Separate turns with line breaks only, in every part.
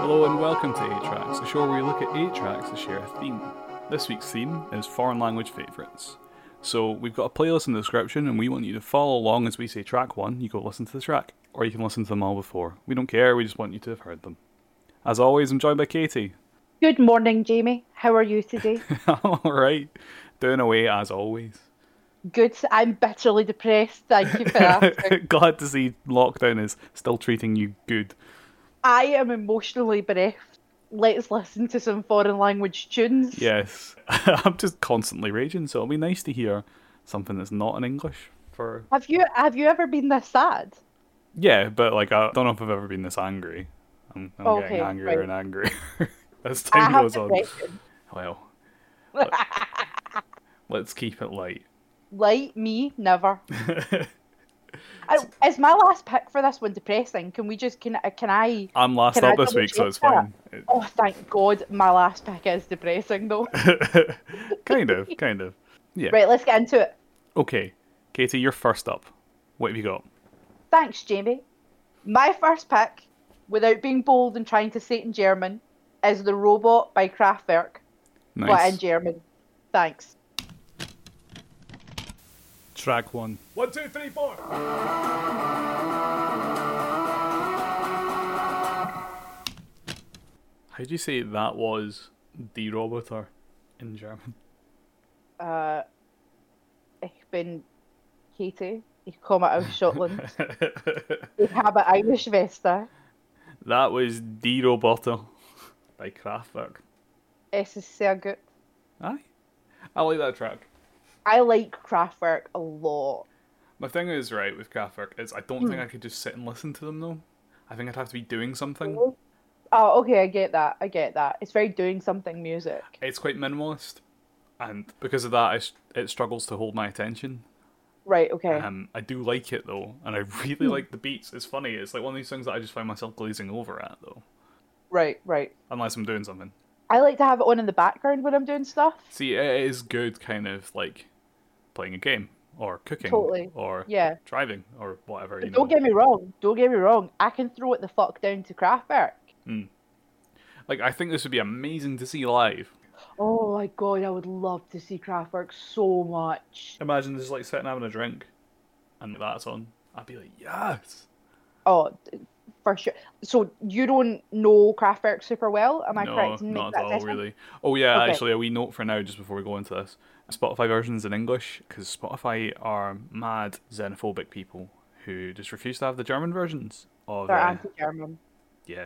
Welcome to 8 Tracks, a show where we look at 8 tracks that share a theme. This week's theme is foreign language favourites. So we've got a playlist in the description and we want you to follow along as we say track 1, you go listen to the track, or you can listen to them all before. We don't care, we just want you to have heard them. As always, I'm joined by Katie.
Good morning, Jamie. How are you today?
Alright, doing away as always.
Good. I'm bitterly depressed. Thank you for that.
Glad to see lockdown is still treating you good.
I am emotionally bereft. Let's listen to some foreign language tunes.
Yes, I'm just constantly raging, so it'll be nice to hear something that's not in English. For
Have you have you ever been this sad?
yeah, but like I don't know if I've ever been this angry. I'm, I'm
Oh, Okay,
getting angrier
right.
and angrier as
I
time
have
goes on.
depression.
Well, let's keep it light.
Like me, never. I, is my last pick for this one depressing? Can we just can I- can I?
I'm last
Can I
up this
double
week, so
check
it's
that?
fine. It-
Oh, thank God, my last pick is depressing though.
kind of, kind of. Yeah.
right, let's get into it.
Okay, Katie, you're first up. What have you got?
Thanks, Jamie. My first pick, without being bold and trying to say it in German, is The Robot by Kraftwerk, but in
Nice.
German. Thanks.
Track one.
One, two, three, four.
How do you say that was the roboter in German?
Uh, ich bin Katie. Ich komme aus Schottland. ich habe eine Schwester.
That was the roboter by Kraftwerk.
Es ist sehr gut.
Aye, I like that track.
I like Kraftwerk a lot.
My thing is right with Kraftwerk is I don't think I could just sit and listen to them though. I think I'd have to be doing something.
Oh, okay, I get that. I get that. It's very doing something music.
It's quite minimalist, and because of that, I s it struggles to hold my attention.
Right, okay.
Um, I do like it though, and I really like the beats. It's funny. It's like one of these things that I just find myself glazing over at though,
right, right.
unless I'm doing something.
I like to have it on in the background when I'm doing stuff.
See, it is good, kind of like playing a game or cooking
Totally.
or
Yeah.
driving or whatever. You know.
Don't get me wrong. Don't get me wrong. I can throw it the fuck down to Kraftwerk.
Like I think this would be amazing to see live.
Oh my god, I would love to see Kraftwerk so much.
Imagine just like sitting having a drink, and that's on. I'd be like, yes.
Oh, d- for sure. So you don't know Kraftwerk super well, am I
no,
correct? in making
not
that
at all,
assessment?
really. Oh yeah,
Okay.
actually, a wee note for now, just before we go into this. Spotify versions in English, because Spotify are mad xenophobic people who just refuse to have the German versions of.
They're
Uh,
anti-German.
yeah,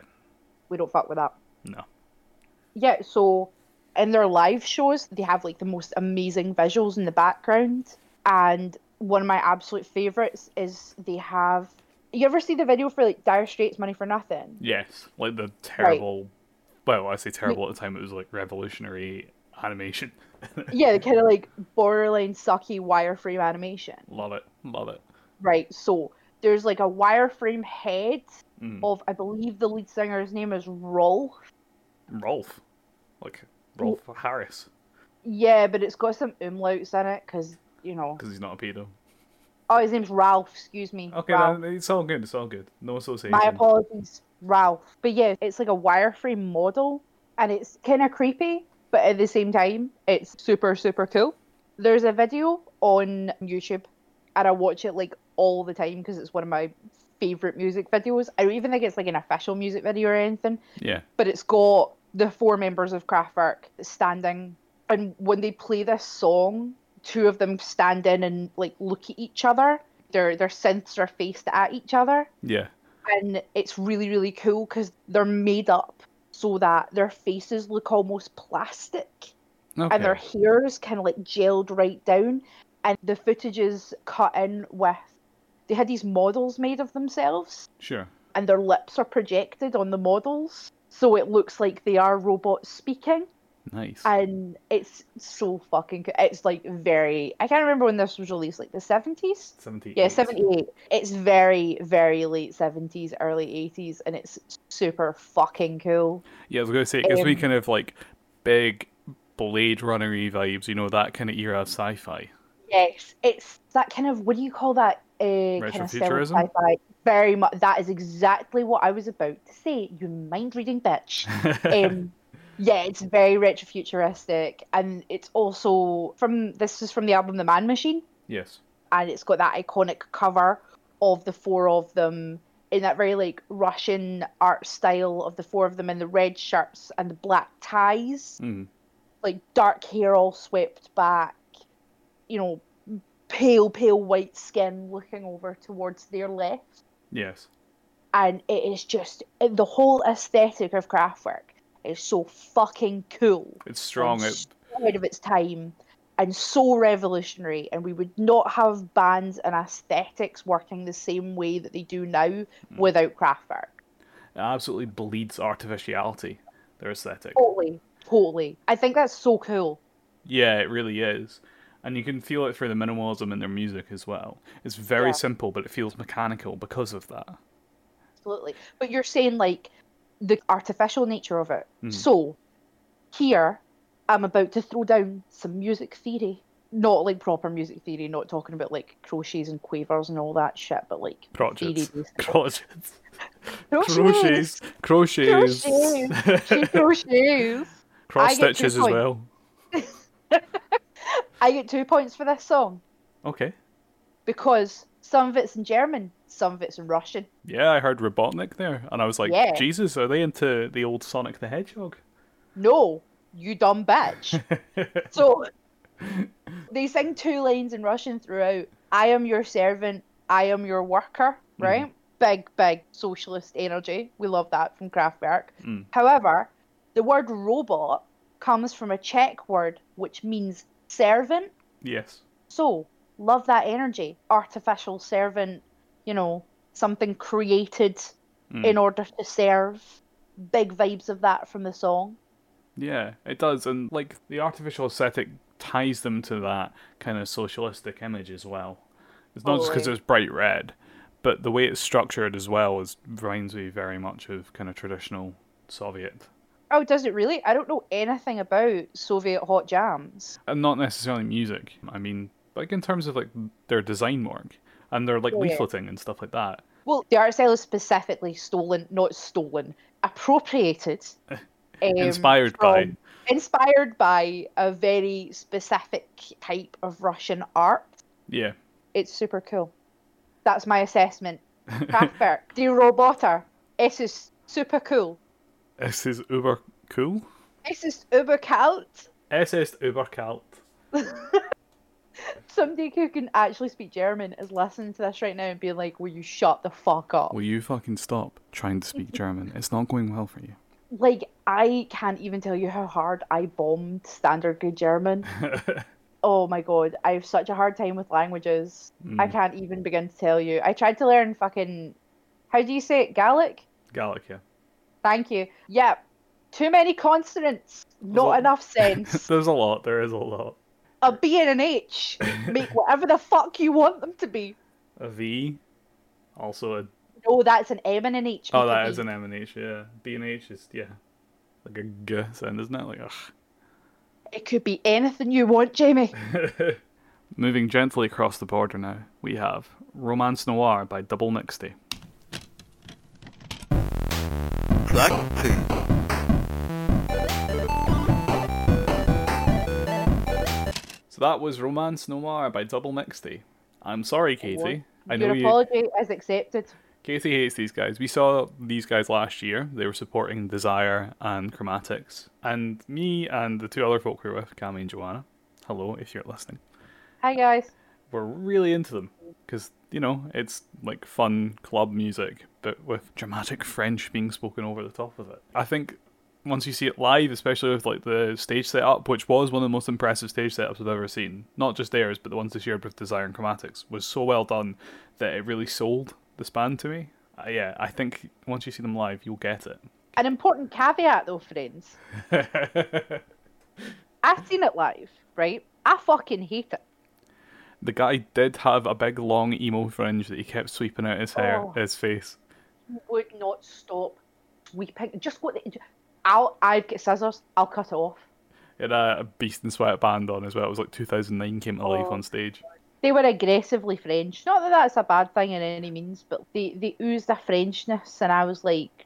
We don't fuck with that.
no.
Yeah. So in their live shows, they have like the most amazing visuals in the background, and one of my absolute favorites is they have. You ever see the video for like Dire Straits' "Money for Nothing"?
Yes, like the terrible. Well, I say terrible at the time. It was like revolutionary animation.
yeah, the kind of like borderline sucky wireframe animation,
love it, love it.
right? So there's like a wireframe head
Mm.
of I believe the lead singer's name is Rolf.
Rolf, like Rolf Harris,
Yeah, but it's got some umlauts in it because you know.
because he's not a pedo.
Oh, his name's Ralph. Excuse me.
Okay,
Ralph.
then it's all good. It's all good. No association.
My apologies, Ralph. But yeah, it's like a wireframe model, and it's kind of creepy, but at the same time, it's super super cool. There's a video on YouTube, and I watch it like all the time because it's one of my favorite music videos. I don't even think it's like an official music video or anything,
Yeah.
but it's got the four members of Kraftwerk standing, and when they play this song, two of them stand in and like look at each other. Their their synths are faced at each other
Yeah.
and it's really really cool because they're made up so that their faces look almost plastic
Okay.
and their hair is kind of like gelled right down and the footage is cut in with they had these models made of themselves
Sure.
and their lips are projected on the models so it looks like they are robots speaking
Nice.
and it's so fucking cool. it's like very i can't remember when this was released like the 70s
78.
yeah, 78. It's very, very late 70s, early 80s, and it's super fucking cool.
Yeah, I was going to say, it gives me
Um,
kind of like big Blade Runner vibes, you know, that kind of era of sci fi.
Yes, it's that kind of, what do you call that? Uh, kind of
Retrofuturism?
sci-fi. very much that is exactly what I was about to say. You mind reading bitch. um, yeah, it's very retro futuristic, and it's also from this is from the album The Man Machine,
yes.
and it's got that iconic cover of the four of them in that very like Russian art style of the four of them in the red shirts and the black ties,
Mm.
like dark hair all swept back, you know, pale pale white skin looking over towards their left
Yes.
and it is just the whole aesthetic of Kraftwerk is so fucking cool,
It's strong.
and
It,
so ahead of its time, and so revolutionary. And we would not have bands and aesthetics working the same way that they do now
Hmm.
without Kraftwerk.
it absolutely bleeds artificiality, their aesthetic.
Totally, totally. I think that's so cool.
Yeah, it really is. And you can feel it through the minimalism in their music as well. It's very
Yeah.
simple, but it feels mechanical because of that.
Absolutely. But you're saying like the artificial nature of it.
Mhm.
So here I'm about to throw down some music theory. Not like proper music theory, not talking about like crochets and quavers and all that shit, but like
Crotchets.
theory based-
Crotchets. Crochets.
Crochets.
Crochets.
Crochets. Crochets.
Cross
I get two
stitches as
points.
well.
I get two points for this song
Okay.
because some of it's in German, some of it's in Russian.
Yeah, I heard Robotnik there, and I was like,
Yeah.
Jesus, are they into the old Sonic the Hedgehog?
No, you dumb bitch. so they sing two lines in Russian throughout. I am your servant. I am your worker. Right? Big, big socialist energy. We love that from Kraftwerk.
Mm.
However, the word robot comes from a Czech word which means servant.
yes.
So love that energy. Artificial servant. You know, something created
Mm.
in order to serve. Big vibes of that from the song.
Yeah, it does, and like the artificial aesthetic ties them to that kind of socialistic image as well. It's not just 'cause just because
Totally.
it's bright red, but the way it's structured as well is reminds me very much of kind of traditional Soviet,
Oh, does it really? I don't know anything about Soviet hot jams.
and not necessarily music. I mean, like in terms of like their design work and their like
Yeah, yeah.
leafleting and stuff like that.
Well, the art style is specifically stolen, not stolen, appropriated. um,
Inspired by.
from- Inspired by a very specific type of Russian art.
Yeah,
It's super cool. That's my assessment. Kraftwerk, Die Roboter. Es ist super cool.
es ist uber cool.
Es ist überkalt.
Es ist uber kalt.
Somebody who can actually speak German is listening to this right now and being like, will you shut the fuck up?
Will you fucking stop trying to speak German? It's not going well for you.
like I can't even tell you how hard I bombed standard grade German. oh my god, I have such a hard time with languages. I can't even begin to tell you. I tried to learn fucking how do you say it? Gaelic?
Gaelic, yeah.
Thank you. Yeah. Too many consonants, not
Well-
enough sense.
There's a lot. There is a lot.
a B and an H make whatever the fuck you want them to be.
A V, also a
No, that's an M and an H.
oh
make a
that is
B.
an M and H. Yeah, D and H is yeah, like a G sound, isn't it? Like ugh.
It could be anything you want, Jamie.
Moving gently across the border now, we have Romance Noir by Double Nixty.
Clacking.
So that was Romance Noir by Double Nixty. I'm sorry, Katie. I know
Your
you.
apology is accepted.
Katie hates these guys. We saw these guys last year. They were supporting Desire and Chromatics, and me and the two other folk we were with, Cammy and Joanna. Hello, if you're listening.
Hi guys.
were really into them because you know it's like fun club music but with dramatic french being spoken over the top of it i think once you see it live especially with like the stage setup which was one of the most impressive stage setups i've ever seen not just theirs but the ones they shared with desire and chromatics was so well done that it really sold this band to me uh, yeah i think once you see them live you'll get it
An important caveat, though, friends. I've seen it live, right? I fucking hate it.
the guy did have a big long emo fringe that he kept sweeping out his hair
Oh.
his face
Would not stop weeping. Just what? The, I'll I'd get scissors. I'll cut it off.
It had a Beast and Sweat band on as well. It was like 2009 came to life
Oh.
on stage.
they were aggressively French. Not that that's a bad thing in any means, but they, they oozed a Frenchness, and I was like,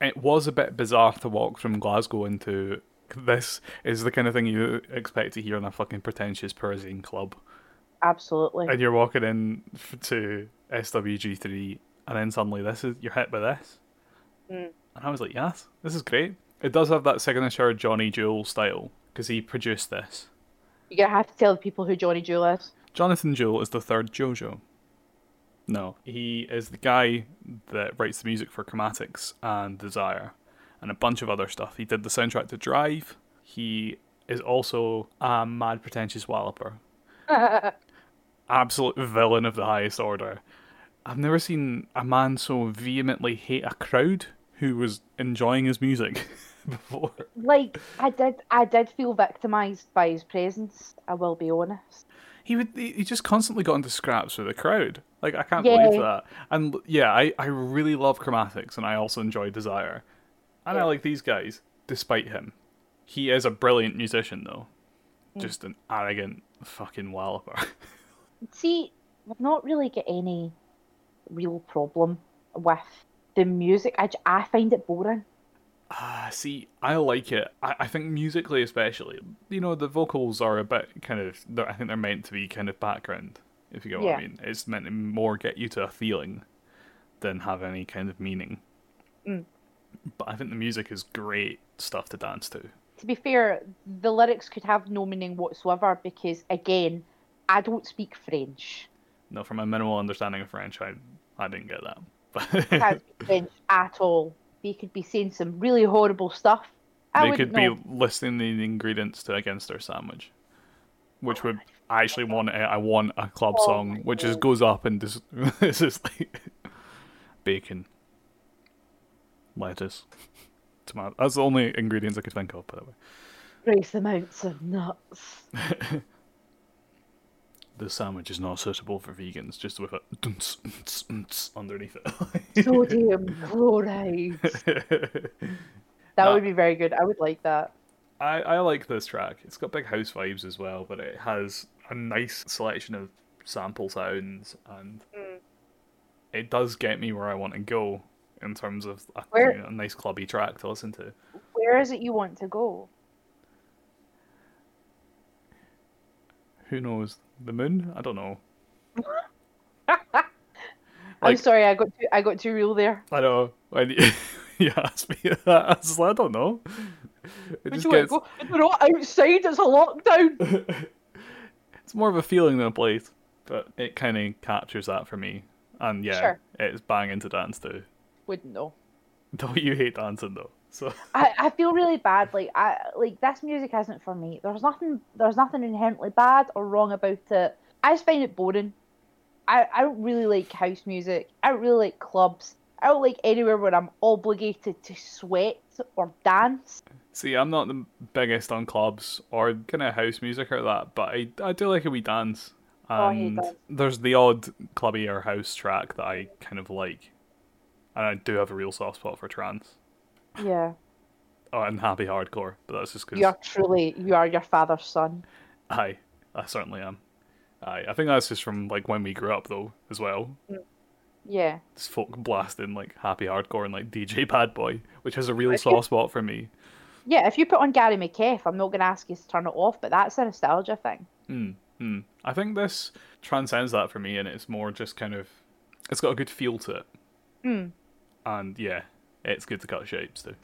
It was a bit bizarre to walk from Glasgow into this. Is the kind of thing you expect to hear in a fucking pretentious Parisian club,
absolutely.
and you're walking in f- to SWG3, and then suddenly this is you're hit by this.
Mm.
And I was like, yes, this is great. It does have that signature Johnny Jewel style because he produced this.
You're gonna have to tell the people who Johnny Jewel is.
Jonathan Jewell is the third JoJo. No, he is the guy that writes the music for Chromatics and Desire and a bunch of other stuff. He did the soundtrack to Drive. He is also a mad pretentious walloper. Absolute villain of the highest order. I've never seen a man so vehemently hate a crowd who was enjoying his music before.
Like I did, I did feel victimized by his presence. I will be honest.
he would he he just constantly got into scraps with the crowd. Like I can't
Yeah.
believe that. And l- yeah, I, I really love Chromatics and I also enjoy Desire. And I like these guys, despite him. He is a brilliant musician though. Just an arrogant fucking walloper.
See, I've not really got any real problem with the music. I, j- I find it boring.
Ah, see, I like it. I, I think musically especially. You know, the vocals are a bit kind of they're- I think they're meant to be kind of background, if you get what I
Yeah.
mean. It's meant to more get you to a feeling than have any kind of meaning.
Mm.
But I think the music is great stuff to dance to.
To be fair, the lyrics could have no meaning whatsoever because, again, I don't speak French.
No, from my minimal understanding of French, I I didn't get that.
Can't
But
speak French at all. They could be saying some really horrible stuff. I
they
wouldn't
could
know.
be listing the ingredients to against their sandwich, which would I actually want. A, I want a club
Oh my
song which just
God.
goes up and just it's just like bacon, lettuce, tomato. That's the only ingredients I could think of. By the way,
raise the mounts of nuts.
the sandwich is not suitable for vegans, just with a dunce, dunce, dunce underneath
Sodium chloride.
it.
That
No.
would be very good. I would like that.
I, I like this track. It's got big house vibes as well, but it has a nice selection of sample sounds, and
Hmm.
it does get me where I want to go in terms of a,
Where-
you know, a nice clubby track to listen to.
Where is it you want to go?
Who knows? The moon? I don't know.
I'm
Like-
sorry, I got too, I got too real there.
I don't know. When you, you asked me that, I was like, I don't know. It
Would
just
you want to
gets,
go? We're not outside. It's a lockdown.
it's more of a feeling than a place, but it kind of captures that for me. And yeah,
Sure.
it's banging to dance to.
Wouldn't know.
Don't you hate dancing though? So.
I, I feel really bad. Like I like this music isn't for me. There's nothing there's nothing inherently bad or wrong about it. I just find it boring. I, I don't really like house music. I don't really like clubs. I don't like anywhere where I'm obligated to sweat or dance.
See, I'm not the biggest on clubs or kind of house music or that, but I, I do like a wee dance.
Oh, I hate
And
dance.
there's the odd clubby or house track that I kind of like. And I do have a real soft spot for trance.
Yeah.
Oh, and happy hardcore, but that's just because
You're truly you are your father's son.
I, I certainly am. I, I think that's just from like when we grew up though, as well.
Yeah.
Just folk blasting like happy hardcore and like DJ Bad Boy, which has a real
If you-
soft spot for me.
Yeah, if you put on Gary McKeff, I'm not gonna ask you to turn it off, but that's a nostalgia thing.
Mm, mm. I think this transcends that for me, and it's more just kind of, it's got a good feel to it,
Mm.
and yeah, it's good to cut shapes too.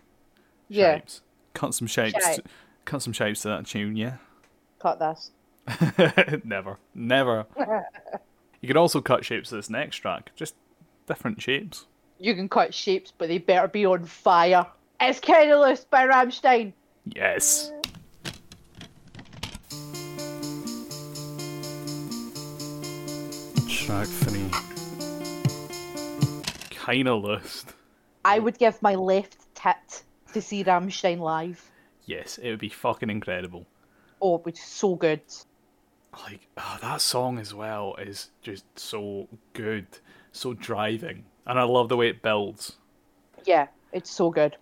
Yeah.
Shapes. Cut some shapes.
Shape.
Cut some shapes to that tune, yeah.
Cut this.
never, never. you could also cut shapes to this next track, just different shapes.
You can cut shapes, but they better be on fire. It's Kenny Loose by Ramstein.
Yes. Track three. Kinda list.
I would give my left tit to see Ramstein live.
Yes, it would be fucking incredible.
Oh, it was so good.
Like ah, that song as well is just so good, so driving, and I love the way it builds.
Yeah, it's so good.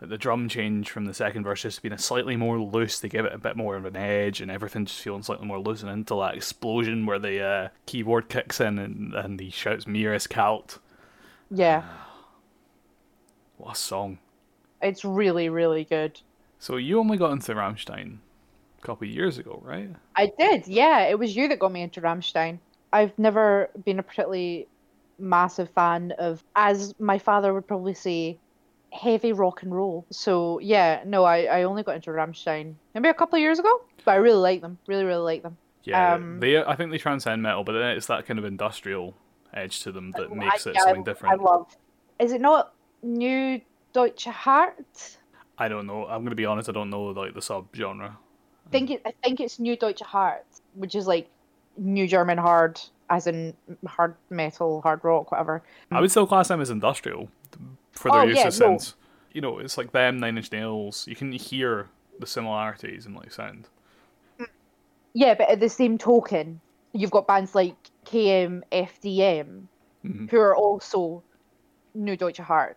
Like the drum change from the second verse just being a slightly more loose, they give it a bit more of an edge, and everything just feeling slightly more loose. And until that explosion where the uh, keyboard kicks in and, and he shouts "Miris Calt,"
Yeah,
Ah. what a song!
it's really, really good.
So you only got into Rammstein a couple of years ago, right?
I did, yeah. It was you that got me into Rammstein. I've never been a particularly massive fan of, as my father would probably say, heavy rock and roll. So, yeah, no, I, I only got into Rammstein maybe a couple of years ago, but I really like them. Really, really like them.
Yeah,
Um,
they I think they transcend metal, but then it's that kind of industrial edge to them that makes
I,
it something
I,
different.
I love. Is it not New Deutsche Heart?
I don't know. I'm gonna be honest. I don't know like the sub genre.
I think it, I think it's New Deutsche Hard, which is like New German hard, as in hard metal, hard rock, whatever.
I would still class them as industrial for their
Hmm. Oh,
use
yeah,
of
no.
synths. You know, it's like them, Nine Inch Nails. You can hear the similarities in like sound.
Yeah, but at the same token, you've got bands like KM, FDM,
Mhm.
who are also New Deutsche Hard,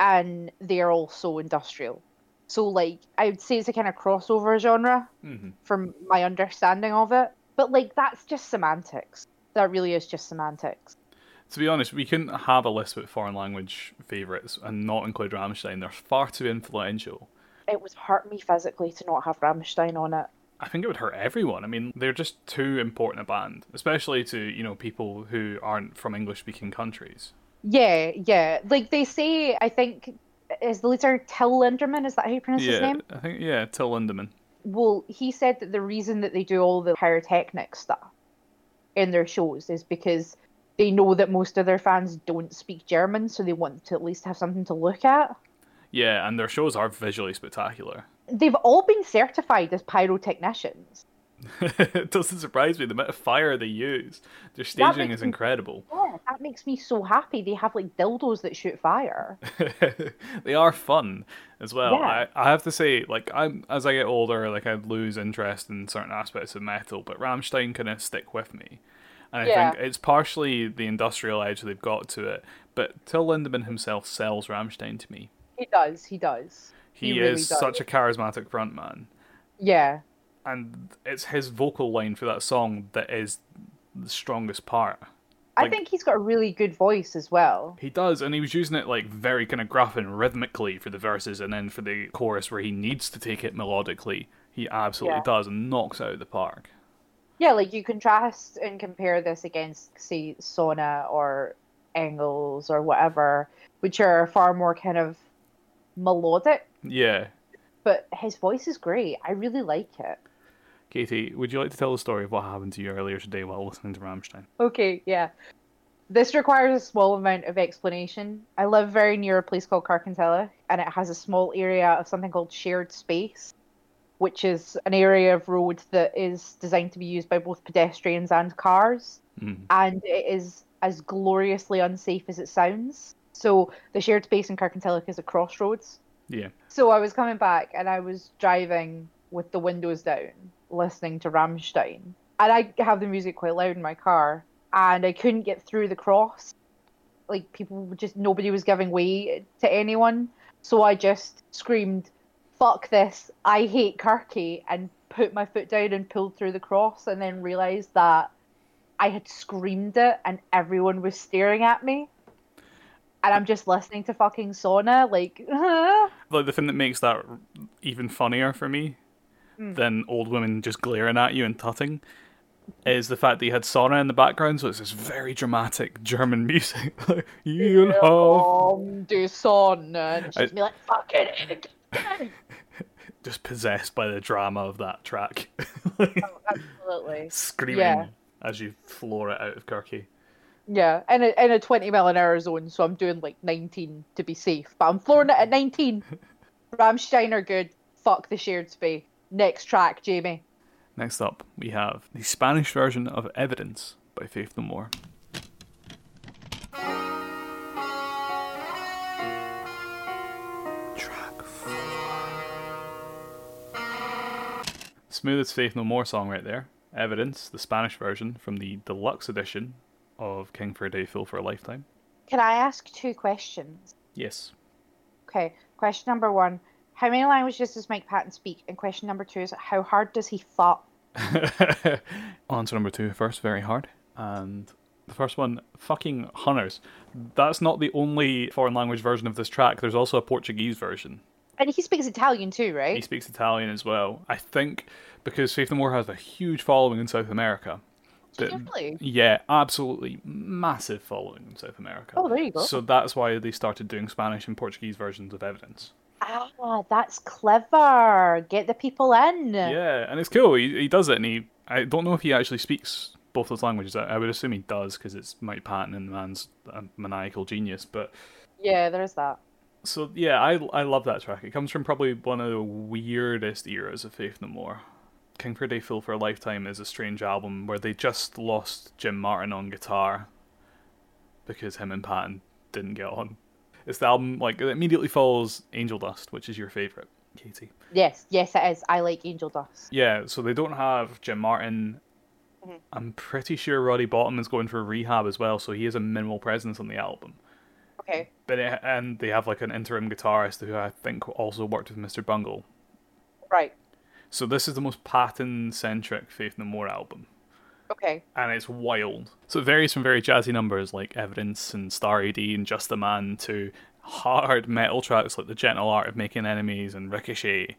and they are also industrial. So, like, I would say it's a kind of crossover genre
hmm
from my understanding of it. But like, that's just semantics. That really is just semantics.
To be honest, we couldn't have a list with foreign language favorites and not include Rammstein. They're far too influential.
It would hurt me physically to not have Rammstein on it.
I think it would hurt everyone. I mean, they're just too important a band, especially to you know people who aren't from English-speaking countries.
Yeah, yeah. Like they say, I think is the leader Till Linderman. Is that how you pronounce his
yeah,
name?
I think yeah, Till Lindemann.
Well, he said that the reason that they do all the pyrotechnic stuff in their shows is because they know that most of their fans don't speak German, so they want to at least have something to look at.
Yeah, and their shows are visually spectacular.
They've all been certified as pyrotechnicians.
it doesn't surprise me the amount of fire they use. Their
That
staging
makes
is
me-
incredible.
Yeah, that makes me so happy. They have like dildos that shoot fire.
they are fun as well.
Yeah.
I, I have to say, like I'm as I get older, like I lose interest in certain aspects of metal, but Rammstein kind of stick with me. And I
Yeah.
think it's partially the industrial edge they've got to it. But Till Lindemann himself sells Rammstein to me.
He does. He does.
He,
really
is
does.
such a charismatic frontman.
yeah.
And it's his vocal line for that song that is the strongest part.
I
like-
think he's got a really good voice as well.
He does, and he was using it like very kind of gruff and rhythmically for the verses, and then for the chorus where he needs to take it melodically, he absolutely
Yeah.
does and knocks it out of the park.
Yeah, like you contrast and compare this against, say, Sona or Engels or whatever, which are far more kind of melodic,
Yeah.
but his voice is great. I really like it.
Katie, would you like to tell the story of what happened to you earlier today while listening to Rammstein?
Okay, yeah. This requires a small amount of explanation. I live very near a place called Carcantella, and it has a small area of something called shared space, which is an area of road that is designed to be used by both pedestrians and cars.
Mhm.
And it is as gloriously unsafe as it sounds. So the shared space in Carcantella is a crossroads.
Yeah.
So I was coming back and I was driving with the windows down, listening to Rammstein. And I have the music quite loud in my car, and I couldn't get through the cross. Like, people were just, nobody was giving way to anyone. So I just screamed, fuck this, I hate Kirky, and put my foot down and pulled through the cross, and then realised that I had screamed it and everyone was staring at me. And I'm just listening to fucking Sauna, like,
Like the thing that makes that r- even funnier for me than old women just glaring at you and tutting is the fact that you had Sora in the background, so it's this very dramatic German music. you have
Um, do son, and
I-
she'd be like, "Fucking idiot."
just possessed by the drama of that track.
absolutely,
screaming
Yeah.
as you floor it out of Kirky.
yeah." And a, in a twenty mile an hour zone, so I'm doing like nineteen to be safe, but I'm flooring it at nineteen. Ramstein are good. Fuck the shared space. Next track, Jamie.
Next up, we have the Spanish version of Evidence by Faith No More. Track four. Smoothest Faith No More song right there. Evidence, the Spanish version from the deluxe edition of King for a Day, Fool for a Lifetime.
Can I ask two questions?
Yes.
Okay. Question number one How many languages does Mike Patton speak? And question number two is How hard does he fuck?
Answer number two first, very hard. And the first one, fucking Hunters. That's not the only foreign language version of this track. There's also a Portuguese version.
And he speaks Italian too, right?
He speaks Italian as well. I think because Faith No More has a huge following in South America. that-
Really?
Yeah, absolutely massive following in South America.
Oh, there you go.
So that's why they started doing Spanish and Portuguese versions of Evidence.
Ah, that's clever. Get the people in.
Yeah, and it's cool. He, he does it, and he. I don't know if he actually speaks both those languages. I, I would assume he does because it's Mike Patton and the man's a maniacal genius. But
Yeah, there's that.
so yeah, I I love that track. It comes from probably one of the weirdest eras of Faith No More. King for a Day, Fool for a Lifetime is a strange album where they just lost Jim Martin on guitar because him and Patton didn't get on. It's the album like it immediately follows Angel Dust, which is your favorite, Katie.
Yes, yes, it is. I like Angel Dust.
Yeah, so they don't have Jim Martin. I'm pretty sure Roddy Bottom is going for rehab as well, so he has a minimal presence on the album.
Okay.
But it, and they have like an interim guitarist who I think also worked with Mr. Bungle.
Right.
So this is the most Patton-centric Faith No More album,
Okay.
and it's wild. So it varies from very jazzy numbers like Evidence and Star AD and Just a Man to hard metal tracks like The Gentle Art of Making Enemies and Ricochet.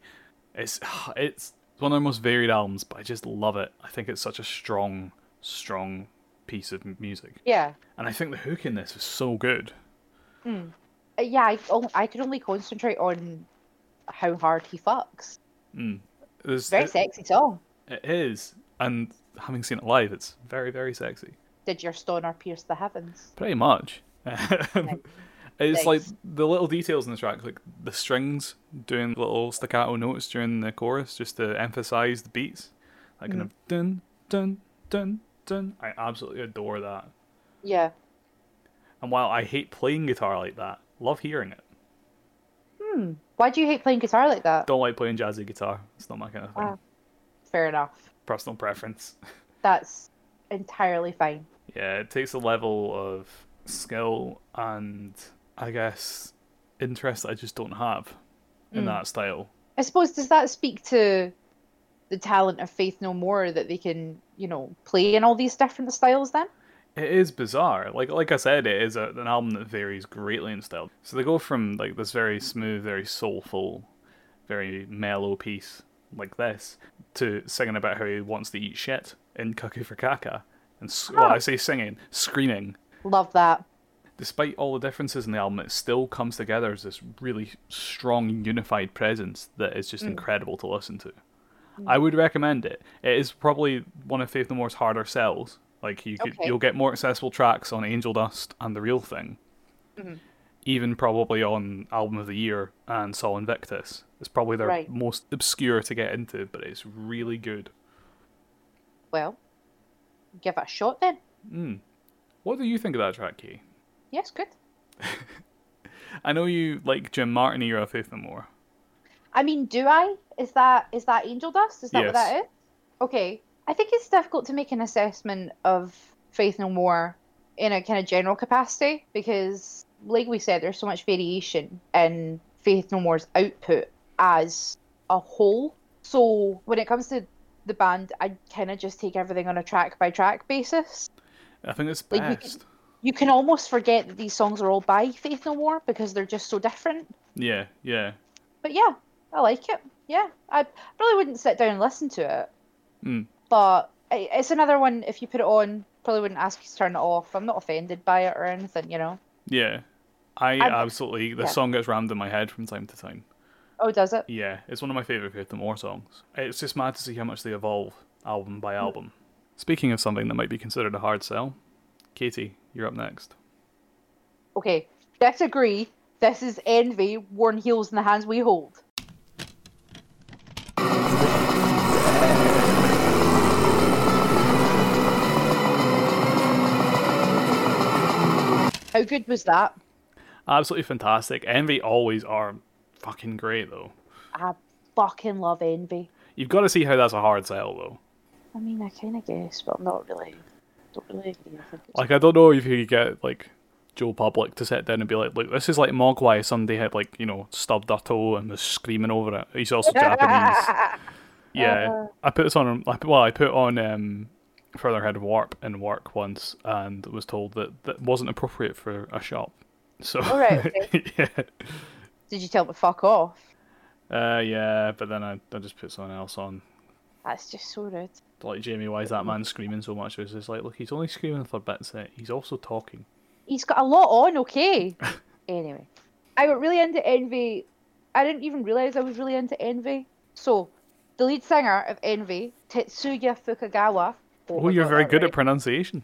It's it's one of the most varied albums, but I just love it. I think it's such a strong, strong piece of m- music,
Yeah.
and I think the hook in this is so good.
Uh, Yeah, I, oh, I could only concentrate on how hard he fucks.
There's,
Very
it-
sexy song.
it is, and having seen it live, it's very very sexy.
Did your stoner pierce the heavens?
Pretty much. it's like
Nice.
the little details in the track, like the strings doing little staccato notes during the chorus just to emphasize the beats. Like kind of dun dun dun dun. I absolutely adore that.
Yeah.
And while I hate playing guitar like that, love hearing it.
Why do you hate playing guitar like that?
Don't like playing jazzy guitar. It's not my kind of thing.
Ah. Fair enough.
Personal preference.
That's entirely fine.
Yeah, it takes a level of skill and I guess interest I just don't have in that style.
I suppose does that speak to the talent of Faith No More that they can, you know, play in all these different styles then?
It is bizarre. Like like I said, it is a, an album that varies greatly in style. So they go from like this very smooth, very soulful, very mellow piece like this to singing about how he wants to eat shit in Cuckoo for Kaka. And s well, I say singing, screaming.
Love that.
Despite all the differences in the album, it still comes together as this really strong, unified presence that is
Mm.
just incredible to listen to. I would recommend it. It is probably one of Faith No More's harder sells. Like you could,
Okay.
you'll get more accessible tracks on Angel Dust and The Real Thing,
Mm-hmm.
even probably on Album of the Year and Sol Invictus. It's probably their
Right.
most obscure to get into, but it's really good.
Well, give it a shot then.
What do you think of that track, Key?
Yes, good.
I know you like Jim Martin era Faith No More.
I mean, do I? Is that is that angel dust? Is that what that
Yes.
is? Okay. I think it's difficult to make an assessment of Faith No More in a kind of general capacity because, like we said, there's so much variation in Faith No More's output as a whole. So when it comes to the band, I kind of just take everything on a track by track basis.
I think it's
Like, we could-
best.
You can almost forget that these songs are all by Faith No More because they're just so different.
Yeah, yeah.
but yeah, I like it. Yeah, I probably wouldn't sit down and listen to it,
Mm.
but i- it's another one. If you put it on, probably wouldn't ask you to turn it off. I'm not offended by it or anything, you know.
Yeah. I
I'm-
absolutely the
yeah.
song gets rammed in my head from time to time.
Oh, does it?
Yeah, it's one of my favorite Faith No More songs. It's just mad to see how much they evolve album by album. Speaking of something that might be considered a hard sell, Katie, you're up next.
Okay, disagree. This is envy. Worn heels in the hands we hold. How good was that?
Absolutely fantastic. Envy always are fucking great though.
I fucking love envy.
You've got to see how that's a hard sell though.
I mean, I kind of guess, but I'm not really. Don't really agree. I think it's
Like I don't know if you could get like Joe Public to sit down and be like, look, this is like Mogwai. Somebody had like you know stubbed their toe and was screaming over it. He's also Japanese. Yeah,
Uh-huh.
I put this on. I put, well, I put on um, further ahead warp and work once, and was told that that wasn't appropriate for a shop. So
All Oh, right, okay.
yeah.
Did you tell them to fuck off?
Uh, yeah, but then I, I just put something else on.
That's just so rude.
Like Jamie, why is that man screaming so much? It's just like, look, he's only screaming for bits. eh? He's also talking.
He's got a lot on, okay? anyway, I got really into Envy. I didn't even realise I was really into Envy. So, the lead singer of Envy, Tetsuya Fukagawa.
Oh, you're very good at pronunciation.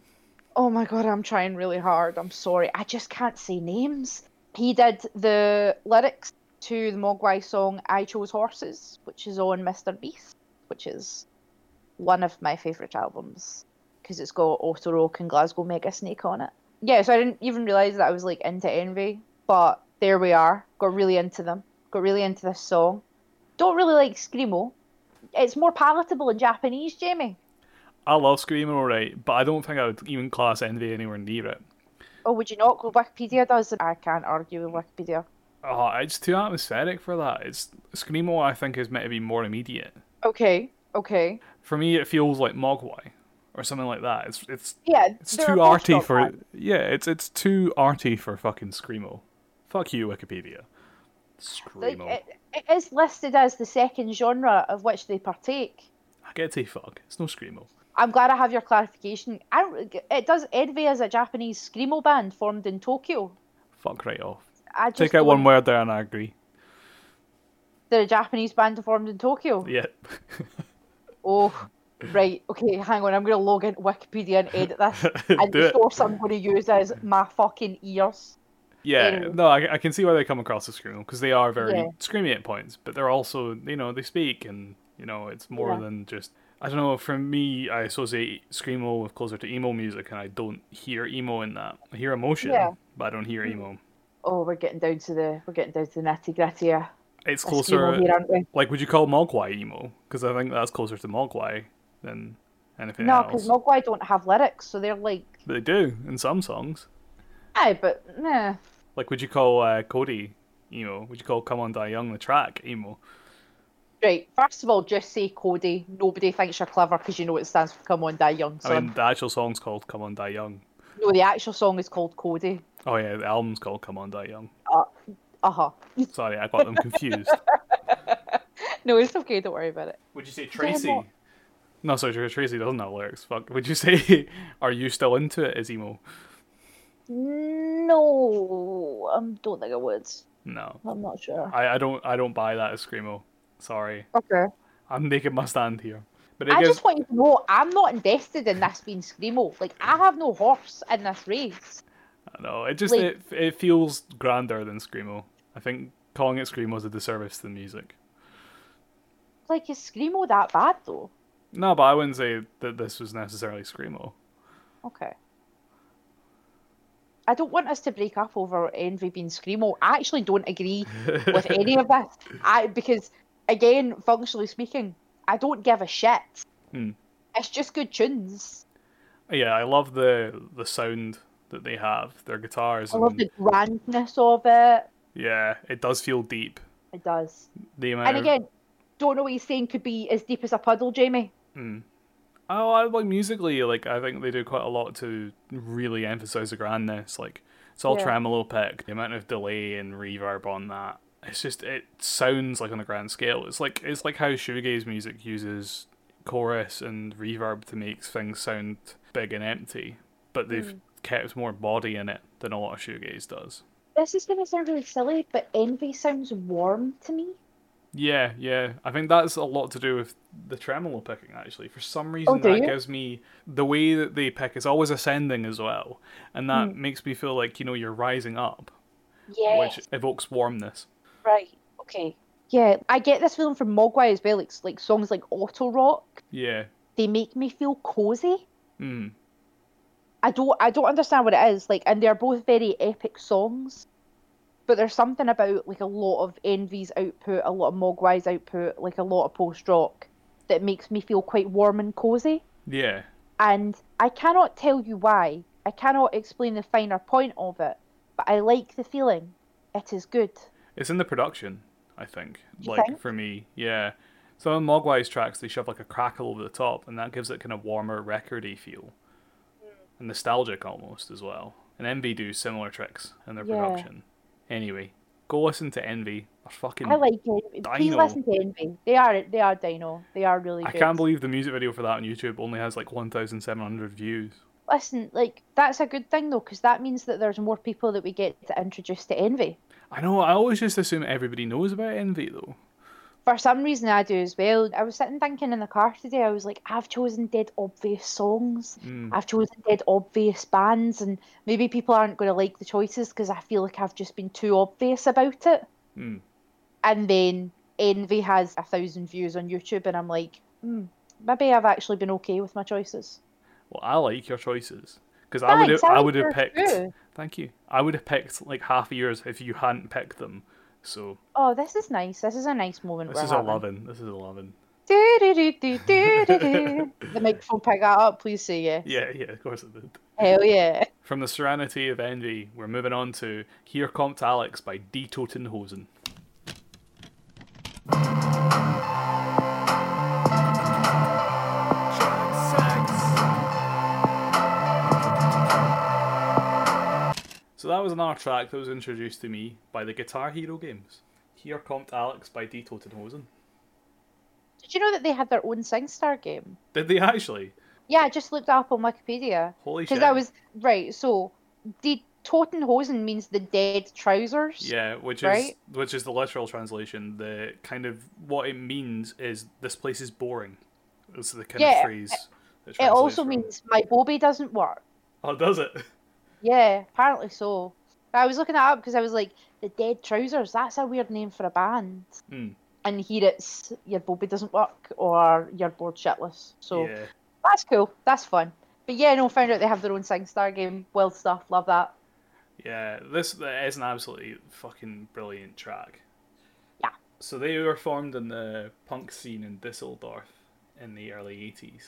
Oh my god, I'm trying really hard. I'm sorry. I just can't say names. He did the lyrics to the Mogwai song I Chose Horses, which is on Mr. Beast, which is one of my favourite albums because it's got Otorock and Glasgow Mega Snake on it. Yeah, so I didn't even realise that I was like into Envy, but there we are. Got really into them. Got really into this song. Don't really like Screamo. It's more palatable in Japanese, Jamie.
I love screaming, alright, but I don't think I would even class envy anywhere near it.
Oh, would you not? Wikipedia does. I can't argue with Wikipedia.
Oh, it's too atmospheric for that. It's screamo. I think is meant to be more immediate.
Okay, okay.
For me, it feels like mogwai or something like that. It's it's
Yeah,
it's
there
too
are
arty
both
for
of that.
yeah. It's it's too arty for fucking screamo. Fuck you, Wikipedia.
Like,
Screamo.
it, it is listed as the second genre of which they partake.
I get to fuck. It's no screamo.
I'm glad I have your clarification. I don't, really g- it does. Envy is a Japanese screamo band formed in Tokyo.
Fuck right off.
I just
Take out
don't-
one word there, and I agree.
They're a Japanese band formed in Tokyo.
Yeah.
Oh, right. Okay, hang on. I'm gonna log into Wikipedia and edit this. And
Do
the
it.
source I'm gonna use is my fucking ears.
Yeah,
Anyway.
no, I, I can see why they come across as screamo because they are very
Yeah.
screamy at points, but they're also you know they speak and you know it's more
Yeah.
than just I don't know. For me, I associate screamo with closer to emo music, and I don't hear emo in that. I hear emotion,
Yeah.
but I don't hear emo.
Oh, we're getting down to the we're getting down to the nitty gritty. here.
It's
Of screamo
closer.
here, aren't we?
Like, would you call Mogwai emo? Because I think that's closer to Mogwai than anything
No,
else.
because Mogwai don't have lyrics, so they're like,
But they do in some songs.
aye, but nah.
Like, would you call uh, Cody emo? Would you call Come On Die Young the track emo?
Right, first of all, just say Cody. Nobody thinks you're clever because you know it stands for Come On Die Young. Son.
I mean, the actual song's called Come On Die Young.
no, the actual song is called Cody.
Oh yeah, the album's called Come On Die Young.
Uh huh.
Sorry, I got them confused.
No, it's okay, don't worry about it.
Would you say
what-
Tracy? No, sorry, Tr- Tracy doesn't have lyrics. Fuck. Would you say Are You Still Into It is emo?
No, I don't think I would.
No.
I'm not sure.
I, I don't I don't buy that as Screamo. Sorry.
Okay.
I'm making my stand here. But it
I
gives
just want you to know I'm not invested in this being Screamo. Like, I have no horse in this race.
I know, it just
like-
it, it feels grander than Screamo. I think calling it Screamo is a disservice to the music.
Like, is Screamo that bad, though?
No, but I wouldn't say that this was necessarily Screamo.
Okay. I don't want us to break up over Envy being Screamo. I actually don't agree with any of this. I because again, functionally speaking, I don't give a shit.
Hmm.
It's just good tunes.
Yeah, I love the the sound that they have, their guitars
I love
and
the grandness of it.
Yeah, it does feel deep.
It does.
The amount
And
of-
again, don't know what he's saying could be as deep as a puddle, Jamie.
oh, I like musically. Like I think they do quite a lot to really emphasize the grandness. Like it's all
Yeah.
tremolo pick. The amount of delay and reverb on that. It's just it sounds like on a grand scale. It's like it's like how shoegaze music uses chorus and reverb to make things sound big and empty, but they've
Hmm.
kept more body in it than a lot of shoegaze does.
This is gonna sound really silly, but envy sounds warm to me.
Yeah, yeah. I think that's a lot to do with the tremolo picking actually. For some reason
Oh, do
that
you?
gives me the way that they pick is always ascending as well. And that makes me feel like, you know, you're rising up,
Hmm. Yes.
which evokes warmness.
Right. Okay. Yeah, I get this feeling from Mogwai as well. It's like songs like Auto Rock.
Yeah.
They make me feel cozy.
Mm.
I don't I don't understand what it is like, and they're both very epic songs, but there's something about like a lot of Envy's output, a lot of Mogwai's output, like a lot of post rock that makes me feel quite warm and cozy.
Yeah.
And I cannot tell you why. I I cannot explain the finer point of it, but I like the feeling. It is good.
It's in the production, I think.
You
like
think?
for me, yeah. Some of Mogwai's tracks they shove like a crackle over the top, and that gives it kind of warmer, recordy feel, and
Hmm.
nostalgic almost as well. And Envy do similar tricks in their
Yeah.
production. Anyway, go listen to Envy. They're fucking.
I like Envy. Please
Hmm. Dino.
listen to Envy. They are they are Dino. They are really
I
good.
can't believe the music video for that on YouTube only has like 1,700 views.
Listen, like that's a good thing though, because that means that there's more people that we get to introduce to Envy.
I know. I always just assume everybody knows about Envy though.
For some reason, I do as well. I was sitting thinking in the car today. I was like, I've chosen dead obvious songs.
Mm.
I've chosen dead obvious bands, and maybe people aren't going to like the choices because I feel like I've just been too obvious about it.
Mm.
And then Envy has a thousand views on YouTube, and I'm like, hmm, maybe I've actually been okay with my choices.
Well, I like your choices because I would have.
Thanks,
I
I
would have
like
picked.
yours too.
Thank you. I would have picked like half of yours if you hadn't picked them. So
Oh, this is nice. This is a nice moment.
this
we're
is
having.
eleven. This is eleven.
Do-do-do-do-do-do-do. the microphone pick that up, please say yes.
Yeah, yeah, of course it did.
Hell yeah.
From the Serenity of Envy, we're moving on to Here Kommt Alex by D. Totenhosen. So that was another track that was introduced to me by the Guitar Hero games. Here Kommt Alex by D. Totenhosen.
Did you know that they had their own SingStar game?
Did they actually?
Yeah, I just looked it up on Wikipedia.
Holy shit.
Because I was. Right, so. The Totenhosen means the dead trousers.
Yeah, which is
right?
which is the literal translation. The kind of what it means is this place is boring. It's the kind of
Yeah,
phrase. that
It
translates
also
from-
means my Bobby doesn't work.
Oh, does it?
Yeah, apparently so. I was looking that up because I was like, the Dead Trousers, that's a weird name for a band.
Mm.
And here it's your Bobby doesn't work or you're bored shitless. So
Yeah.
that's cool. That's fun. But yeah, no, found out they have their own SingStar game. Wild stuff. Love that.
Yeah, this is an absolutely fucking brilliant track.
Yeah.
So they were formed in the punk scene in Düsseldorf in the early 80s.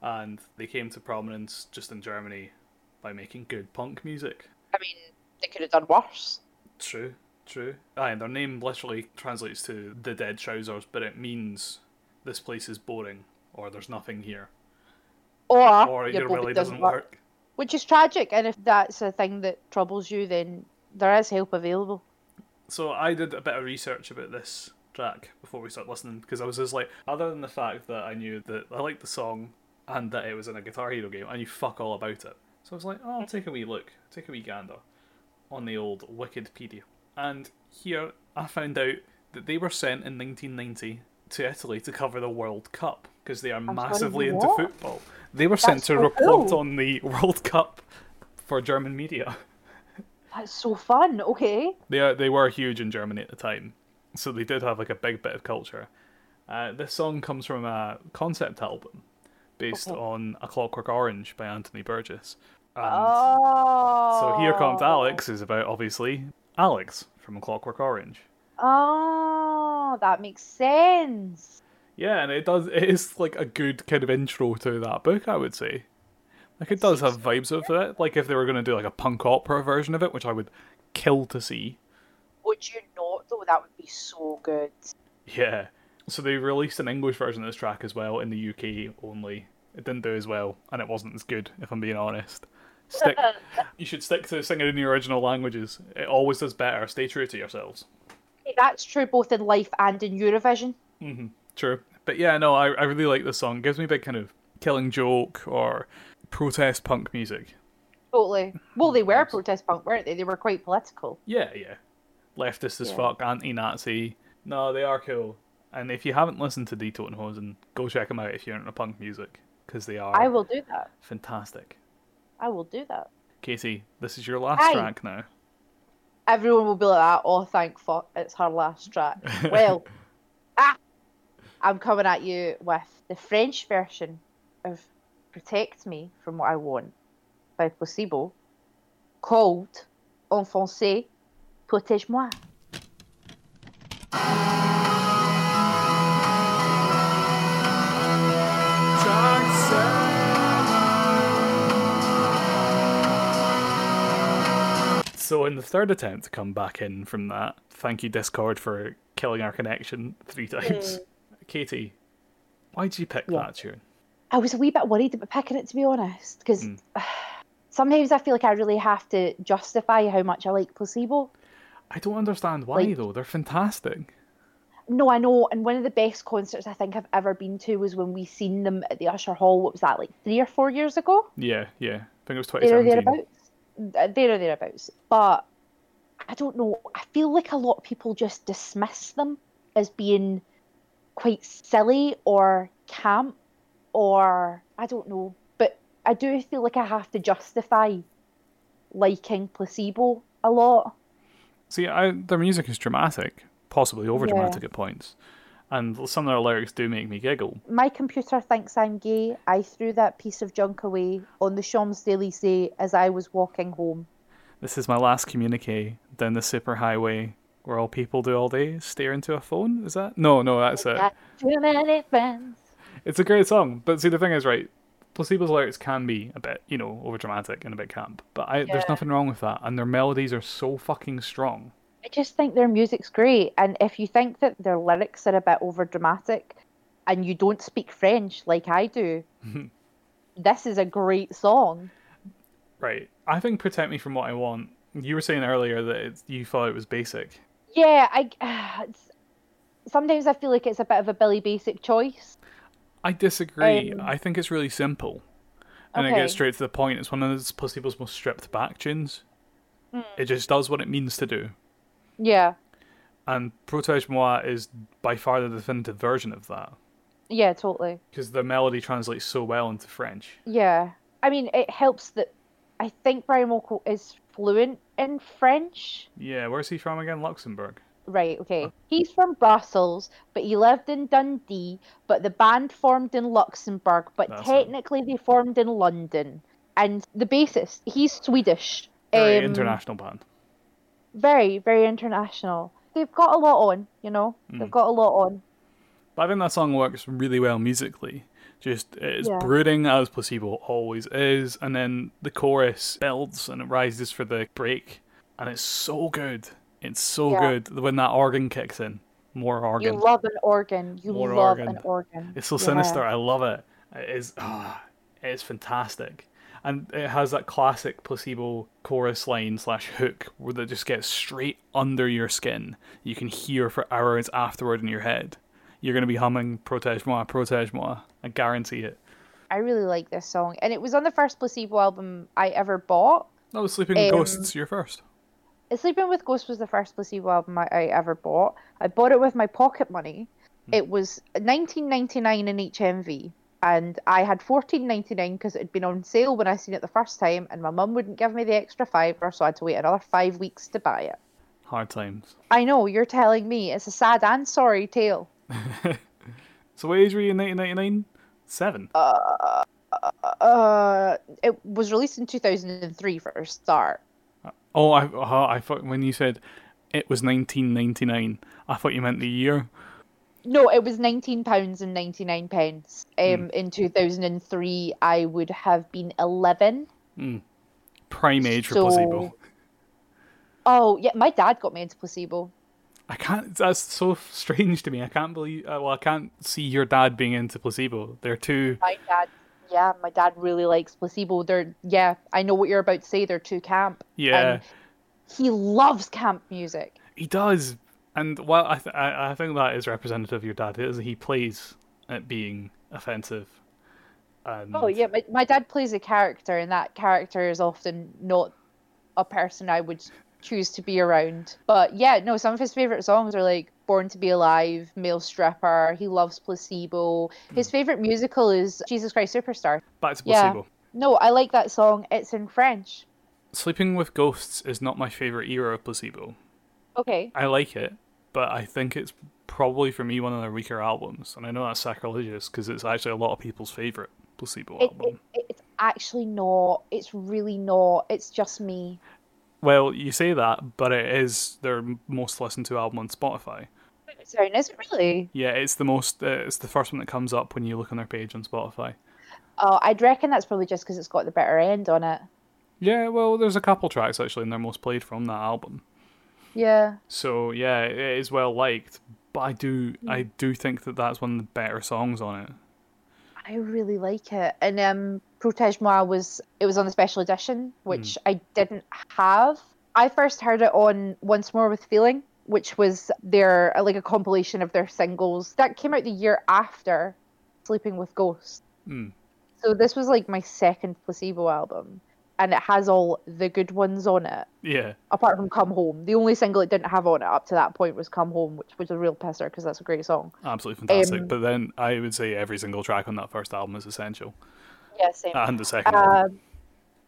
And they came to prominence just in Germany by making good punk music.
I mean, they could have done worse.
True, true. Aye, and their name literally translates to the dead trousers, but it means this place is boring or there's nothing here.
Or,
Or
your
your
Bobby
willy doesn't work.
Which is tragic. And if that's a thing that troubles you, then there is help available.
So I did a bit of research about this track before we started listening because I was just like, other than the fact that I knew that I liked the song and that it was in a Guitar Hero game, I knew fuck all about it. So I was like, oh, I'll take a wee look, take a wee gander on the old Wikipedia. And here I found out that they were sent in 1990 to Italy to cover the World Cup because they are massively into
what?
football. They were sent
That's
to
so
report
cool.
on the World Cup for German media.
That's so fun. Okay.
They are, they were huge in Germany at the time, so they did have like a big bit of culture. Uh, this song comes from a concept album based
Okay.
on A Clockwork Orange by Anthony Burgess. And
Oh.
so here comes Alex is about obviously Alex from A Clockwork Orange.
Oh, that makes sense.
Yeah, and it does. It is like a good kind of intro to that book, I would say. Like it does have vibes of it. Like if they were going to do like a punk opera version of it, which I would kill to see.
Would you not though? That would be so good.
Yeah. So they released an English version of this track as well in the UK only. It didn't do as well, and it wasn't as good, if I'm being honest. Stick. you should stick to singing in your original languages. It always does better. Stay true to yourselves.
That's true both in life and in Eurovision.
True. But yeah, no, I, I really like this song. It gives me a big kind of killing joke or protest punk music.
Totally. Well, they were protest punk, weren't they? They were quite political.
Yeah, yeah. Leftist as
Yeah.
fuck, anti Nazi. No, they are cool. And if you haven't listened to Die Totenhosen, go check them out if you're into punk music, because they are
I will do that.
fantastic.
I will do that.
Katie, this is your last
Aye.
track now.
Everyone will be like that. Oh, thank fuck, it's her last track. Well, ah, I'm coming at you with the French version of "Protect Me from What I Want" by Placebo, called en français "Protège-moi."
Toxic.
So in the third attempt to come back in from that, thank you Discord for killing our connection three times. Katie, why did you pick
Hmm. Yeah.
that tune?
I was a wee bit worried about picking it to be honest, because sometimes I feel like I really have to justify how much I like placebo.
I don't understand why
Like-
though. They're fantastic.
No, I know, and one of the best concerts I think I've ever been to was when we seen them at the Usher Hall. What was that like three or four years ago?
Yeah, yeah. I think it was
There or
2017.
thereabouts. Uh, There or thereabouts. But I don't know. I feel like a lot of people just dismiss them as being quite silly or camp or I don't know. But I do feel like I have to justify liking placebo a lot.
See, I, their music is dramatic, possibly over dramatic at points, and some of their lyrics do make me giggle.
My computer thinks I'm gay. I threw that piece of junk away on the Champs Elysees as I was walking home.
This is my last communique down the superhighway where all people do all day is stare into a phone. Is that? No, no, that's it.
Got Too many friends.
It's a great song, but see, the thing is, right? Placebo's lyrics can be a bit, you know, over dramatic and a bit camp, but I, there's
Yeah.
nothing wrong with that, and their melodies are so fucking strong.
I just think their music's great, and if you think that their lyrics are a bit over dramatic, and you don't speak French like I do, this is a great song.
Right. I think Protect Me From What I Want. You were saying earlier that it, you thought it was basic.
Yeah, I. it's- sometimes I feel like it's a bit of a Billy Basic choice.
I disagree.
Um,
I think it's really simple. And it
okay.
gets straight to the point. It's one of those Placebo's most stripped back tunes.
Hmm.
It just does what it means to do.
Yeah,
And Protege Moi is by far the definitive version of that.
yeah, totally.
Because the melody translates so well into French.
Yeah, I mean, it helps that I think Brian Wilco is fluent in French.
Yeah, where's he from again? Luxembourg.
Right, okay.
Uh-huh.
He's from Brussels, but he lived in Dundee, but the band formed in Luxembourg, but
That's it.
technically they formed in London. And the bassist, he's Swedish.
Very
Um,
international band.
Very, very international. They've got a lot on, you know?
Hmm.
They've got a lot on.
But I think that song works really well musically. Just it's
Yeah.
brooding as placebo always is, and then the chorus builds and it rises for the break, and it's so good. It's so
Yeah.
good when that organ kicks in. More organ.
You love an organ. You
More
love
organ.
an organ.
it's so
Yeah.
sinister. I love it. It is. ah, it is fantastic, and it has that classic placebo chorus line slash hook where that just gets straight under your skin. You can hear for hours afterward in your head. You're gonna be humming "Protege Moi, Protege Moi." I guarantee it.
I really like this song. And it was on the first placebo album I ever bought.
That was Sleeping
Um,
Ghosts. You're first.
Sleeping with Ghosts was the first placebo album I, I ever bought. I bought it with my pocket money. It was 19.99 in HMV, and I had 14.99 because it had been on sale when I seen it the first time, and my mum wouldn't give me the extra fiver, so I had to wait another five weeks to buy it.
Hard times.
I know you're telling me it's a sad and sorry tale.
So what age were you in 1999? Seven.
Uh, it was released in 2003 for a start.
oh, I, oh, I thought when you said it was 1999, I thought you meant the year.
No, it was nineteen pounds and ninety nine pence. Um, in 2003, I would have been 11.
Prime age for
So-
placebo.
Oh, yeah, my dad got me into placebo.
I can't. That's so strange to me. I can't believe. Uh, well, I can't see your dad being into placebo. They're too.
My dad, yeah, my dad really likes placebo. They're, yeah, I know what you're about to say. They're too camp.
Yeah,
And he loves camp music.
he does. And well, I, th- I I think that is representative of your dad. Is he plays at being offensive? And
Oh, yeah, my, my dad plays a character, and that character is often not a person I would choose to be around. But yeah, no, some of his favorite songs are like Born to Be Alive, Male Stripper, he loves placebo. His favorite musical is Jesus Christ Superstar.
Back to
Yeah.
Hmm. placebo.
No, I like that song. It's in French.
Sleeping with Ghosts is not my favorite era of placebo.
Okay.
I like it, but I think it's probably for me one of their weaker albums. And I know that's sacrilegious because it's actually a lot of people's favorite placebo
it,
album.
it, it's actually not. It's really not. It's just me.
Well, you say that, but it is their m- most listened to album on Spotify.
Sorry, is it really?
Yeah, it's the most. Uh, it's the first one that comes up when you look on their page on Spotify.
Oh, I'd reckon that's probably just because it's got the better end on it.
Yeah, well, there's a couple tracks actually, and they're most played from that album.
Yeah.
So yeah, it is well liked. But I do, I
Mm.
do think that that's one of the better songs on it.
I really like it. And um, Protege Moi was it was on the special edition, which I didn't have. I first heard it on Once More with Feeling, which was their uh, like a compilation of their singles that came out the year after Sleeping with Ghosts.
Mm.
So this was like my second Placebo album, and it has all the good ones on it.
Yeah,
Apart from Come Home, the only single it didn't have on it up to that point was Come Home, which was a real pisser because that's a great song.
absolutely fantastic.
Um,
but then I would say every single track on that first album is essential,
Yeah, same.
and the second. one.
Um,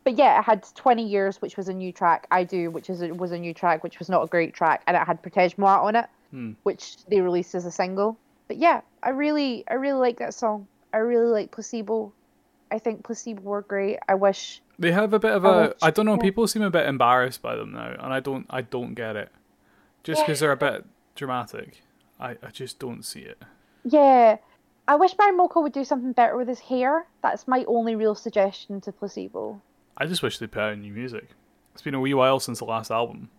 but yeah, it had 20 years, which was a new track. I do, which is was a new track, which was not a great track, and it had Protege Moi on it,
Hmm.
which they released as a single. But yeah, I really, I really like that song. I really like Placebo. I think Placebo were great. I wish.
They have a bit of a.
Oh,
I don't know.
yeah.
People seem a bit embarrassed by them now, and I don't. I don't get it. Just because they're a bit dramatic, I, I just don't see it.
Yeah, I wish Brian Moko would do something better with his hair. That's my only real suggestion to Placebo.
I just wish they put out new music. It's been a wee while since the last album,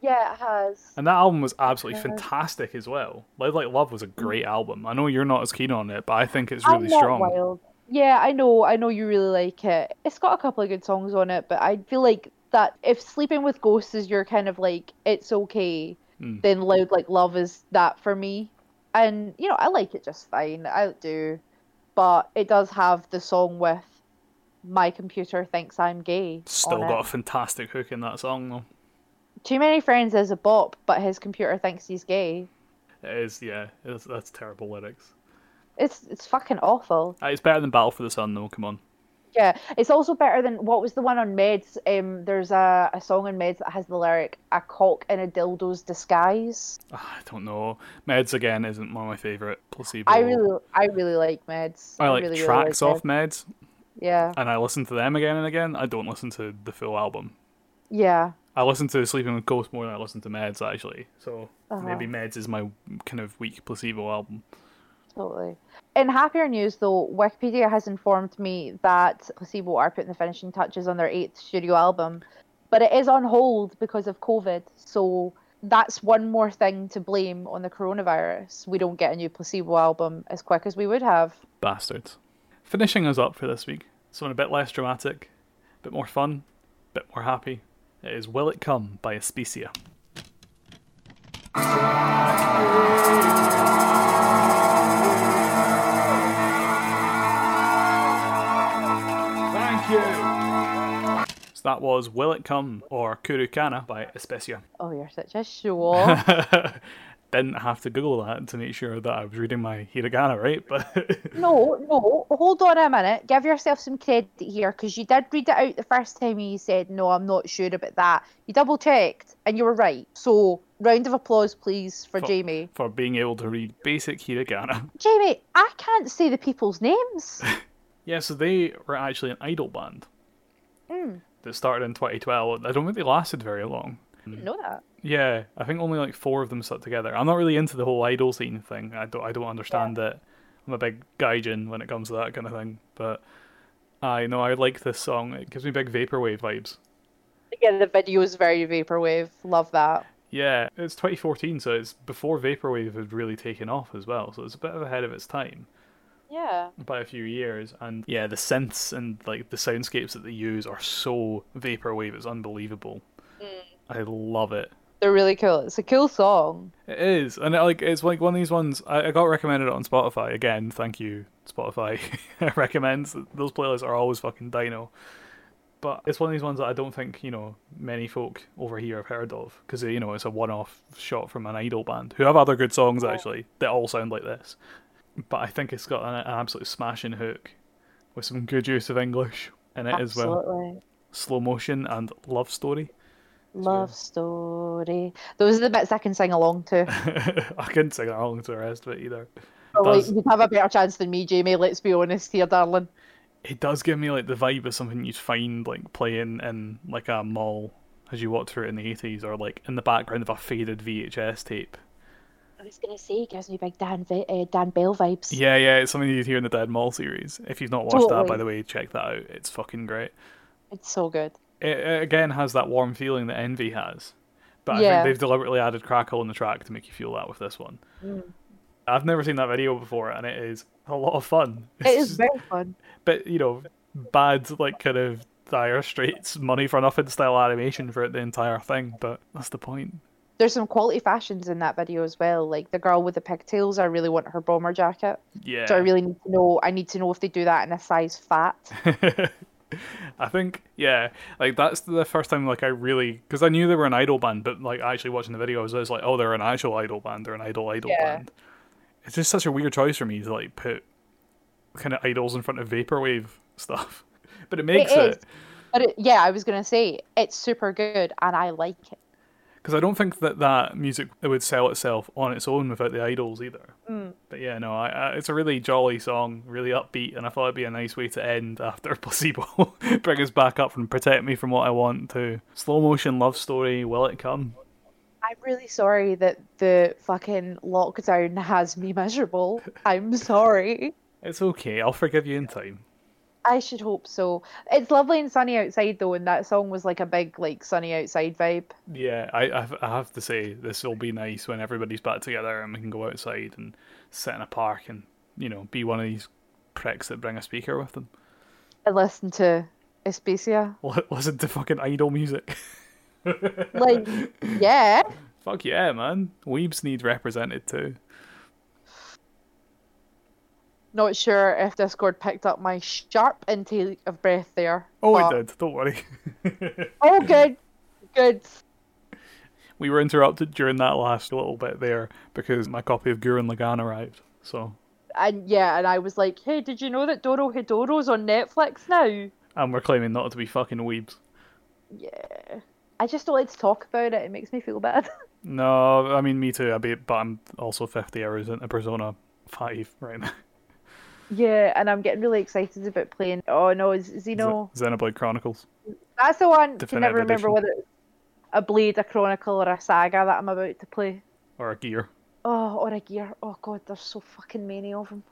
Yeah, it has.
and that album was absolutely fantastic as well. Live Like Love was a great album. I know you're not as keen on it, but I think it's really
I'm not
strong.
wild. Yeah, I know. I know you really like it. It's got a couple of good songs on it, but I feel like that if Sleeping with Ghosts is your kind of like it's okay,
Mm.
then Loud Like Love is that for me. And you know, I like it just fine. I do, but it does have the song with "My Computer Thinks I'm Gay."
Still
on it.
got a fantastic hook in that song though.
Too Many Friends is a bop, but his computer thinks he's gay.
It is, yeah. It's, that's terrible lyrics.
It's it's fucking awful.
Uh, It's better than Battle for the Sun though. Come on.
Yeah, it's also better than what was the one on Meds. Um, there's a, a song on Meds that has the lyric "A cock in a dildo's disguise."
Ah, I don't know. Meds again isn't one of my favorite. Placebo.
I really, I really like Meds.
Oh. I like
really, really
tracks
like
off meds
Meds. Yeah,
and I listen to them again and again. I don't listen to the full album.
yeah,
I listen to Sleeping with Ghosts more than I listen to Meds actually. So
Uh-huh.
maybe Meds is my kind of weak placebo album.
totally. In happier news, though, Wikipedia has informed me that Placebo are putting the finishing touches on their eighth studio album, but it is on hold because of COVID. So that's one more thing to blame on the coronavirus. We don't get a new Placebo album as quick as we would have.
Bastards. Finishing us up for this week. Something a bit less dramatic, a bit more fun, a bit more happy. It is Will It Come by Especia. Thank you. So that was Will It Come or Kurukana by Especia.
Oh, you're such a show.
Didn't have to Google that to make sure that I was reading my hiragana right, but
No, no, hold on a minute. Give yourself some credit here because you did read it out the first time you said, No, I'm not sure about that. You double checked and you were right. So, round of applause, please, for
Fuck.
Jamie.
for being able to read basic hiragana.
Jamie, I can't say the people's names.
Yeah, so they were actually an idol band that started in 2012. I don't think they lasted very long.
Didn't know that.
Yeah, I think only like four of them stuck together. I'm not really into the whole idol scene thing. I don't, I don't understand it. I'm a big gaijin when it comes to that kind of thing. But I know I like this song. It gives me big vaporwave vibes.
Again, the video is very vaporwave. Love that.
Yeah, it's 2014, so it's before vaporwave had really taken off as well. So it's a bit of ahead of its time.
Yeah.
by a few years and yeah the synths and like the soundscapes that they use are so vaporwave it's unbelievable i love it
They're really cool. It's a cool song.
it is and it, like it's like one of these ones i, I got recommended it on spotify again thank you spotify recommends those playlists are always fucking dino but it's one of these ones that i don't think you know many folk over here have heard of because you know it's a one-off shot from an idol band who have other good songs actually that all sound like this but i think it's got an, an absolute smashing hook with some good use of english in it as well
Absolutely.
slow motion and love story
Love story. Those are the bits I can sing along to.
i couldn't sing along to the rest of it either
But, like,
does-
you'd have a better chance than me, Jamie. Let's be honest here, darling.
it does give me like the vibe of something you'd find like playing in like a mall as you walk through it in the 80s or like in the background of a faded VHS tape.
I was gonna say it gives me big Dan vi- uh, Dan Bell vibes.
Yeah, yeah, it's something you'd hear in the Dead Mall series. If you've not watched that, by
Totally.
the way, check that out. It's fucking great.
It's so good.
It, it again has that warm feeling that Envy has, but I
Yeah.
think they've deliberately added crackle in the track to make you feel that with this one.
Mm.
I've never seen that video before, and it is a lot of fun. It's
It is
just-
very fun.
but you know, bad like kind of dire straits, money for nothing style animation throughout the entire thing. But that's the point.
There's some quality fashions in that video as well. Like the girl with the pigtails, I really want her bomber jacket.
Yeah.
So I really need to know. I need to know if they do that in a size fat.
I think yeah, like that's the first time like I really because I knew they were an idol band, but like actually watching the videos, I was like, oh, they're an actual idol band, they're an idol idol
Yeah.
band. It's just such a weird choice for me to like put kind of idols in front of vaporwave stuff, but it makes
is.
it
But it, yeah, I was gonna say it's super good and I like it.
because I don't think that that music it would sell itself on its own without the idols either. But yeah, no, I, I, it's a really jolly song, really upbeat, and I thought it'd be a nice way to end after Placebo. Bring us back up from Protect Me from What I Want to Slow Motion Love Story, Will It Come?
I'm really sorry that the fucking lockdown has me miserable. I'm sorry.
It's okay, I'll forgive you in time.
I should hope so. It's lovely and sunny outside though, and that song was like a big like sunny outside vibe.
Yeah, I, I have- I have to say, this will be nice when everybody's back together and we can go outside and sit in a park and, you know, be one of these pricks that bring a speaker with them.
I listened to Especia.
Li- Listen to fucking idol music.
Like, yeah.
Fuck yeah, man. Weebs need represented too.
Not sure if Discord picked up my sharp intake of breath there.
Oh,
but-
it did. Don't worry.
Oh, good. Good.
we were interrupted during that last little bit there because my copy of Gurren Lagann arrived. So,
And yeah, and I was like, hey, did you know that Doro Hedoro's on Netflix now?
and we're claiming not to be fucking weebs.
Yeah. I just don't like to talk about it. It makes me feel bad.
No, I mean me too. I be, but I'm also 50 hours into Persona 5 right now.
yeah, and I'm getting really excited about playing. Oh no, it's Xeno.
Z- Xenoblade Chronicles.
That's the one. Can
Definitive
never remember
Edition.
whether it's a Blade, a Chronicle, or a Saga that I'm about to play.
Or a gear.
Oh, or a Gear. Oh god, there's so fucking many of them.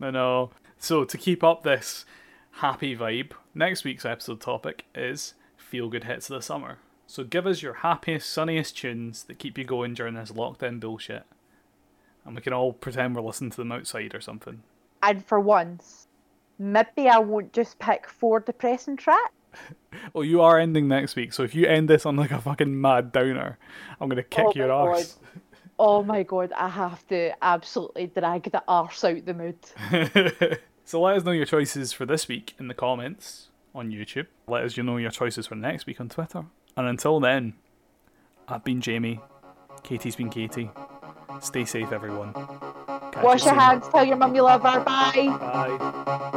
I know. So to keep up this happy vibe, next week's episode topic is feel good hits of the summer. So give us your happiest, sunniest tunes that keep you going during this lockdown bullshit. And we can all pretend we're listening to them outside or something.
And for once, maybe I won't just pick four depressing tracks.
Oh, you are ending next week, so if you end this on like a fucking mad downer, I'm gonna kick
Oh
your
my God.
arse.
Oh my god, I have to absolutely drag the arse out the mud.
so let us know your choices for this week in the comments on YouTube. Let us you know your choices for next week on Twitter. And until then, I've been Jamie. Katie's been Katie. Stay safe, everyone. Catch you
Wash your
soon.
hands, tell your mum you love her, bye.
Bye.